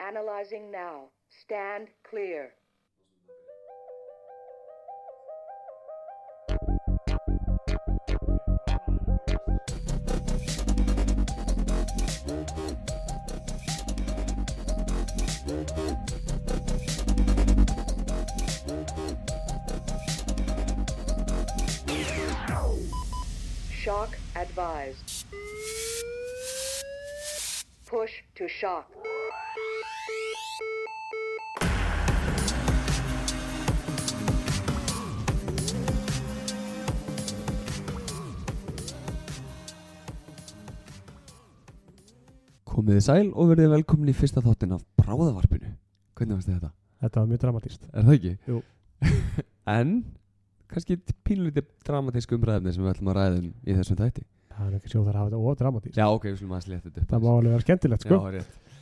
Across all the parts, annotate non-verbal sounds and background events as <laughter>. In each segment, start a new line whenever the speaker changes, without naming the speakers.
Analyzing now. Stand clear. Shock advised. Push to shock.
Komið þið sæl og verðið velkomin í fyrsta þáttin af Bráðavarpinu. Hvernig fannst þið þetta?
Þetta var mjög dramatíst.
Er það ekki?
Jú.
<laughs> en, kannski pínlítið dramatísku umræðinni sem við ætlum að ræða um í þessum þætti.
Það er ekki sjóð að hafa þetta ódramatíst.
Já, ok, við slum að slétta þetta upp.
Það má alveg vera skemmtilegt, sko.
Já, rétt.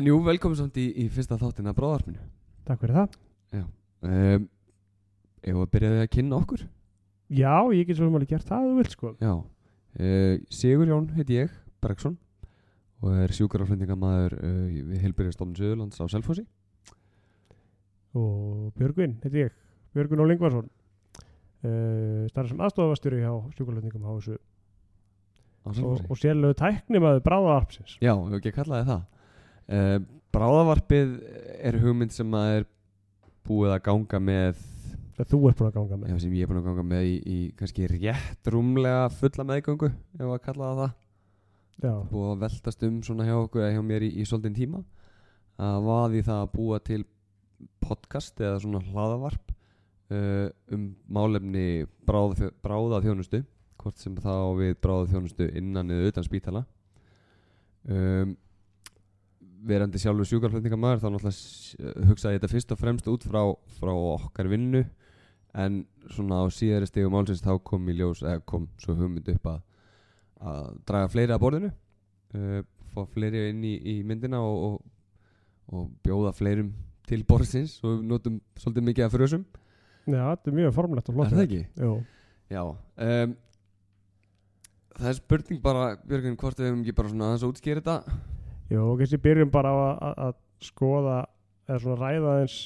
En jú, velkomin samt í, í fyrsta þáttin af Bráðavarpinu.
Takk fyrir það.
Um, ef við byrjaði að kynna okkur?
Já, ég get svo sem alveg gert það að þú vilt, sko.
Já. Uh, Sigur Jón heiti ég, Bergson, og er sjúkaraflendingamæður uh, við Hilbyrjastofn Suðurlands á Selfossi.
Og Björgvin, heiti ég. Björgvin Ólingvarsson. Uh, starf sem aðstofastjóri hjá sjúkulöfningum á þessu.
Á
Og, og sérlegu tæknimaður bráðaarpsins.
Já, ef ekki að kalla þið það uh, Bráðavarpið er hugmynd sem að er búið að ganga með
Það þú ert búin að ganga með.
já, sem ég er búin að ganga með í, í kannski rétt rúmlega fulla meðgöngu ef að kalla það það
Já,
búið að veltast um svona hjá okkur eða hjá mér í, í svolítinn tíma að vaði það að búa til podcast eða svona hlaðavarp uh, um málefni bráða, bráða þjónustu hvort sem það á við bráða þjónustu innan eða utan spítala um, verandi sjálfur sjúkarflutningamæður þá náttúrulega s- eh, hugsaði ég þetta fyrst og fremst út frá, frá okkar vinnu en svona á síðari stegum álsins þá kom í ljós eða kom svo hugmynd upp að að draga fleiri að borðinu uh, fá fleiri inn í, í myndina og, og, og bjóða fleirum til borðsins og við notum svolítið mikið af frösum
Já þetta er mjög formlegt og
er
flott.
það ekki?
Jú.
Já um, það er spurning bara Björgun hvort við hefum ekki bara svona aðeins að útskýra þetta
Jú, og kannski byrjum bara á að, að, að skoða, eða svona ræða eins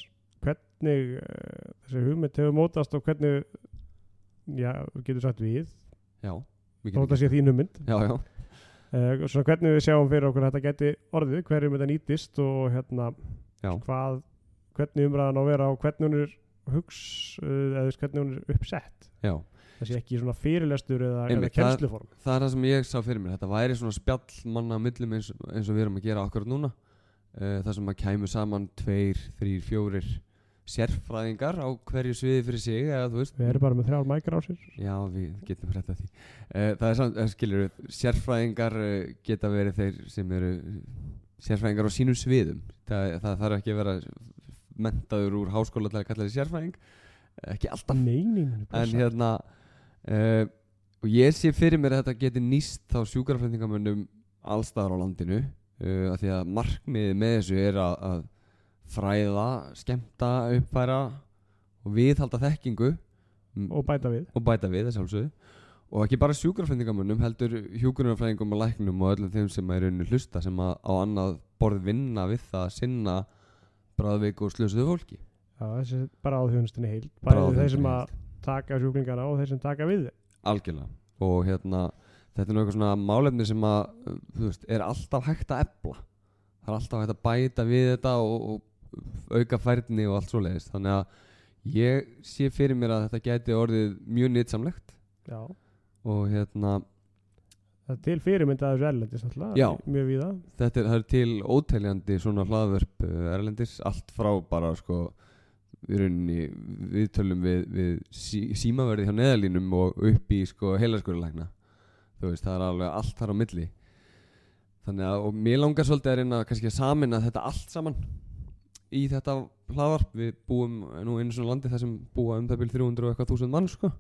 hvernig uh, þessi hugmynd hefur mótast og hvernig, já, getur sagt við,
já,
þó
mikið
þetta sé þín hugmynd,
já, já,
Eh, svona hvernig við sjáum fyrir okkur að þetta geti orðið, hverjum þetta nýtist og hérna
Já.
hvað, hvernig umræðan á að vera og hvernig hún er hugs eh, eða þú veist, hvernig hún er uppsett
já
það sé ekki svona fyrirlestur eða, eða
Einmitt, það-
kennsluform
það er það sem ég sá fyrir mér þetta væri svona spjall manna á millum eins, eins og við erum að gera akkurat núna uh, það sem að kæmu saman tveir, þrýr, fjórir sérfræðingar á hverju sviði fyrir sig eða þú veist
við erum bara með þrjár mækar á sér
Já, við getum rétt að því uh, Það er samt, eh, skilur við, sérfræðingar eh, geta verið þeir sem eru eh, sérfræðingar á sínum sviðum Það, það þarf ekki að vera mentaður úr háskóla til að kalla þið sérfræðing Ekki alltaf
neyning
En hérna uh, Og ég sé fyrir mér að þetta geti nýst þá sjúkarfræðingamönnum allstaðar á landinu uh, af Því að markmiðið með þessu er að, að fræða, skemmta, uppfæra og viðhalda þekkingu m-
og bæta við
og bæta við þess sjálfsögðu og ekki bara sjúkrafræðingamönnum heldur hjúkrunarfræðingum og læknum og öllum þeim sem er unni hlusta sem að á annað borð vinna við það að sinna bráðveiku og slösuðu fólki
já, þessi bara á þjónustinni heild bara
Bráðaþjónustunni
þeir sem
heild.
að taka sjúklingana og þeir sem taka við þeim.
algjörlega og hérna þetta er nú eitthvað svona málefni sem að uh, þú veist, er alltaf hægt að ebla það er alltaf hægt að bæta við þetta og, og auka færni og allt svoleiðis þannig að ég sé fyrir mér að þetta gæti orðið mjög nýtsamlegt
já,
og hérna
það er til fyrirmynda þessu erlendis náttúrulega,
Já.
mjög víða
þetta er, það er til óteljandi svona hlaðvörp eh, erlendis allt frá bara sko í rauninni viðtölum við, við sí, símaverði hjá neðalínum og upp í sko heilaskurulækna þú veist það er alveg allt þar á milli þannig að og mér langar svolítið að reyna kannski að samina þetta allt saman í þetta hlaðvarp við búum nú einu svona landi þar sem búa um það byrjum 300 og eitthvað þúsund mann sko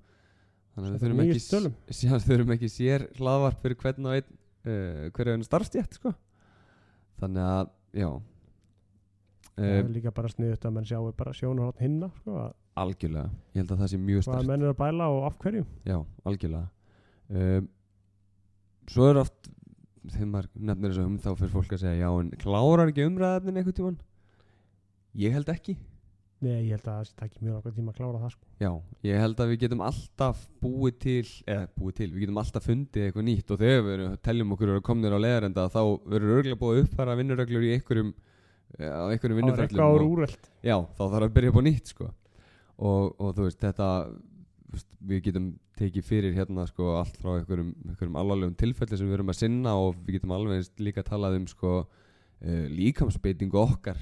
þannig að við
Þetta er
þurfum
mikið
ekki,
tölum.
s- <laughs> já, þurfum ekki sér hlaðvarp fyrir hvern og einn uh, hverja einn starfstjætt sko þannig að já
það
uh,
er líka bara sniðut að menn sjáu bara sjónarhótt hinna sko, að
algjörlega ég held að það sé mjög
hvað
stærkt
menn er að bæla og af hverju
já, algjörlega um, Ehm, svo er oft þegar maður nefnir þessu um þá fyrir fólk að segja já en klárar ekki umræðafnin einhvern tímann ég held ekki
Nei, ég held að það takki mjög okkur tíma að klára það sko.
já, ég held að við getum alltaf búið til, eða búið til við getum alltaf fundið eitthvað nýtt og þegar við erum, teljum okkur að komnir á leðarenda þá verður örglega búið að uppfæra vinnureglur í einhverjum eh, á einhverjum
Það er
vinnuferlum
eitthvað
og-
úr úrelt
já, þá þarf að byrja upp á nýtt sko. og, og þú veist, þetta þú veist, við getum tekið fyrir hérna sko, allt frá einhverjum, einhverjum alvarlegum tilfelli sem við erum að sinna og við getum alveg eins líka talað um sko, uh, líkamsbeitingu okkar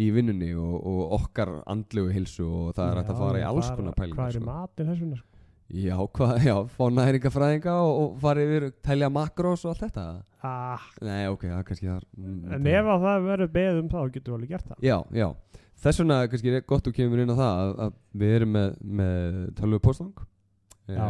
í vinnunni og, og okkar andlegu hilsu og það er hægt að fara í alls konar pælingar sko.
Hvað er í matinn þess vegna sko?
Já, hvað, já, fá næringafræðinga og, og fara yfir, telja makrós og allt þetta
ah,
Nei, ok, það er kannski það mm,
En ef að það verður beðið um það þá getur við alveg gert það
Já, já, þess vegna er kannski gott þú kemur inn á það að, að við erum með, með tölvu postfang
Já,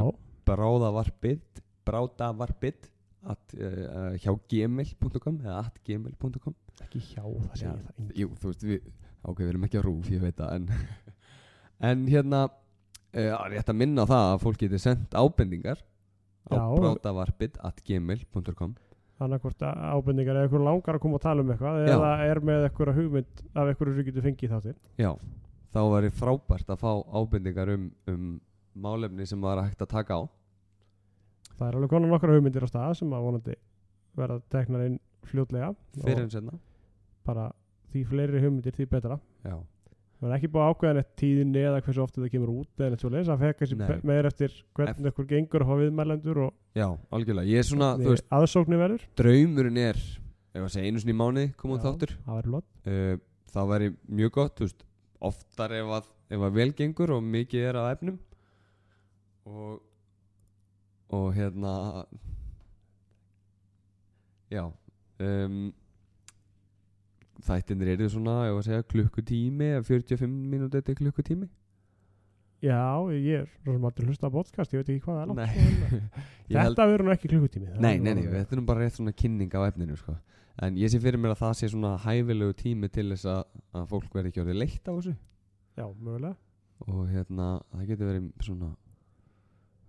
bráðavarpið bráðavarpið at, uh, hjá gmail.com eða at gmail.com
ekki hjá það
Já.
segir það enginn.
Jú, þú veist, við, ok, við erum ekki á rúf, ég veit það en, <laughs> en hérna uh, rétt að minna á það að fólk getur sendt ábendingar á
Já.
bráðavarpið at gmail.com
Þannig hvort að ábendingar eða eitthvað langar að koma og tala um eitthvað
Já.
eða er með eitthvað hugmynd af eitthvað sem getur fengið þáttir
Já, þá væri frábært að fá ábendingar um, um málefni sem var hægt að taka á
Það er alveg konar nokkra hugmyndir á stað sem að vonandi verða teknar inn fljótlega
fyrir
og
en senna
bara því fleiri hugmyndir því betra
Já,
Það er ekki búið að ákveða neitt tíðinni eða hversu ofta það kemur út eða neitt svo leiðis að fekka
Nei.
sér meir eftir hvernig okkur gengur að fá viðmælendur og
já, algjörlega Ég er svona, þú veist,
aðsóknir verður
draumurinn er ef að segja einu sinni í mánuði koma út
Já,
þáttur
Það verður lott
uh, það væri mjög gott, þú veist oftar ef að, ef að vel gengur og mikið er að efnum og og hérna já um, þættinir eru svona, ef að segja klukkutími eða 45 mínúti til klukkutími
Já, ég er svo sem aldrei hlusta á podcast, ég veit ekki hvað það er
Nei.
langt Nei,
<laughs> Ég held-
Þetta verður nú ekki klukkutími það
Nei,
er
nei,
nú
nei,
alveg-
þetta er nú bara rétt svona kynning á efninu sko. En ég sé fyrir mér að það sé svona hæfilegu tími til þess að, að fólk verði ekki orðið leitt á þessu
Já, mögulega
Og hérna, það getur verið svona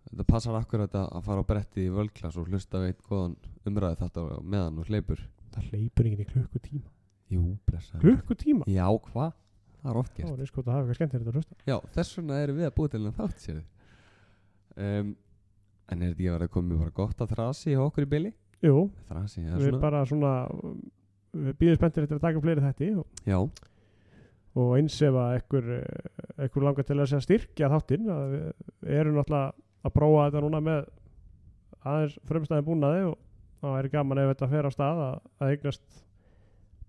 Þetta passar akkurat að að fara á brettið í völklass og hlusta á eitt góðan umræði þetta meðan og hleypur
Það hleypur enginn í klukkutíma
Jú, blessa
Klukkutíma?
Já, hvað? Það er oft
Þá
gert
er sko að hafa eitthvað skemmtilegt að hlusta
Já, þess vegna erum við að búa til hann þátt sér um, En er þetta ekki að vera komið bara gott að þrasi hjá okkur í byli?
Jú,
Þrasi, eða
við
svona?
bara svona við býðum spenntir eftir að taka fleiri þætti og,
Já,
og eins ef að ekkur, ekkur langar til að segja styrkja þáttinn að við erum náttúrulega að prófa þetta núna með aðeins frumstæðin búnaði og það er gaman ef þetta fer á stað að, að eignast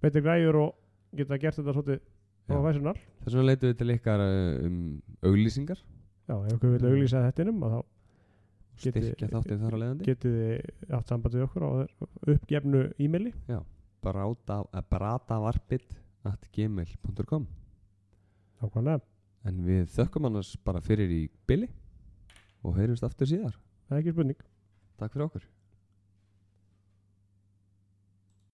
betri græjur og geta gert þetta svolítið á
Já.
fæsunar
Þess vegna leitum við til ykkar uh, um auglýsingar
Já, ef okkur vilja auglýsa þettinum að þá Geti-
styrkja þáttinn þar á leiðandi
getið þið haft samband við okkur á uppgefnu e-maili
Bráta, eh, bratavarpið at gmail.com
Nákvæmlega,
en við þökkum annars bara fyrir í bili og heyrjumst aftur síðar
það er ekki spurning
Takk fyrir okkur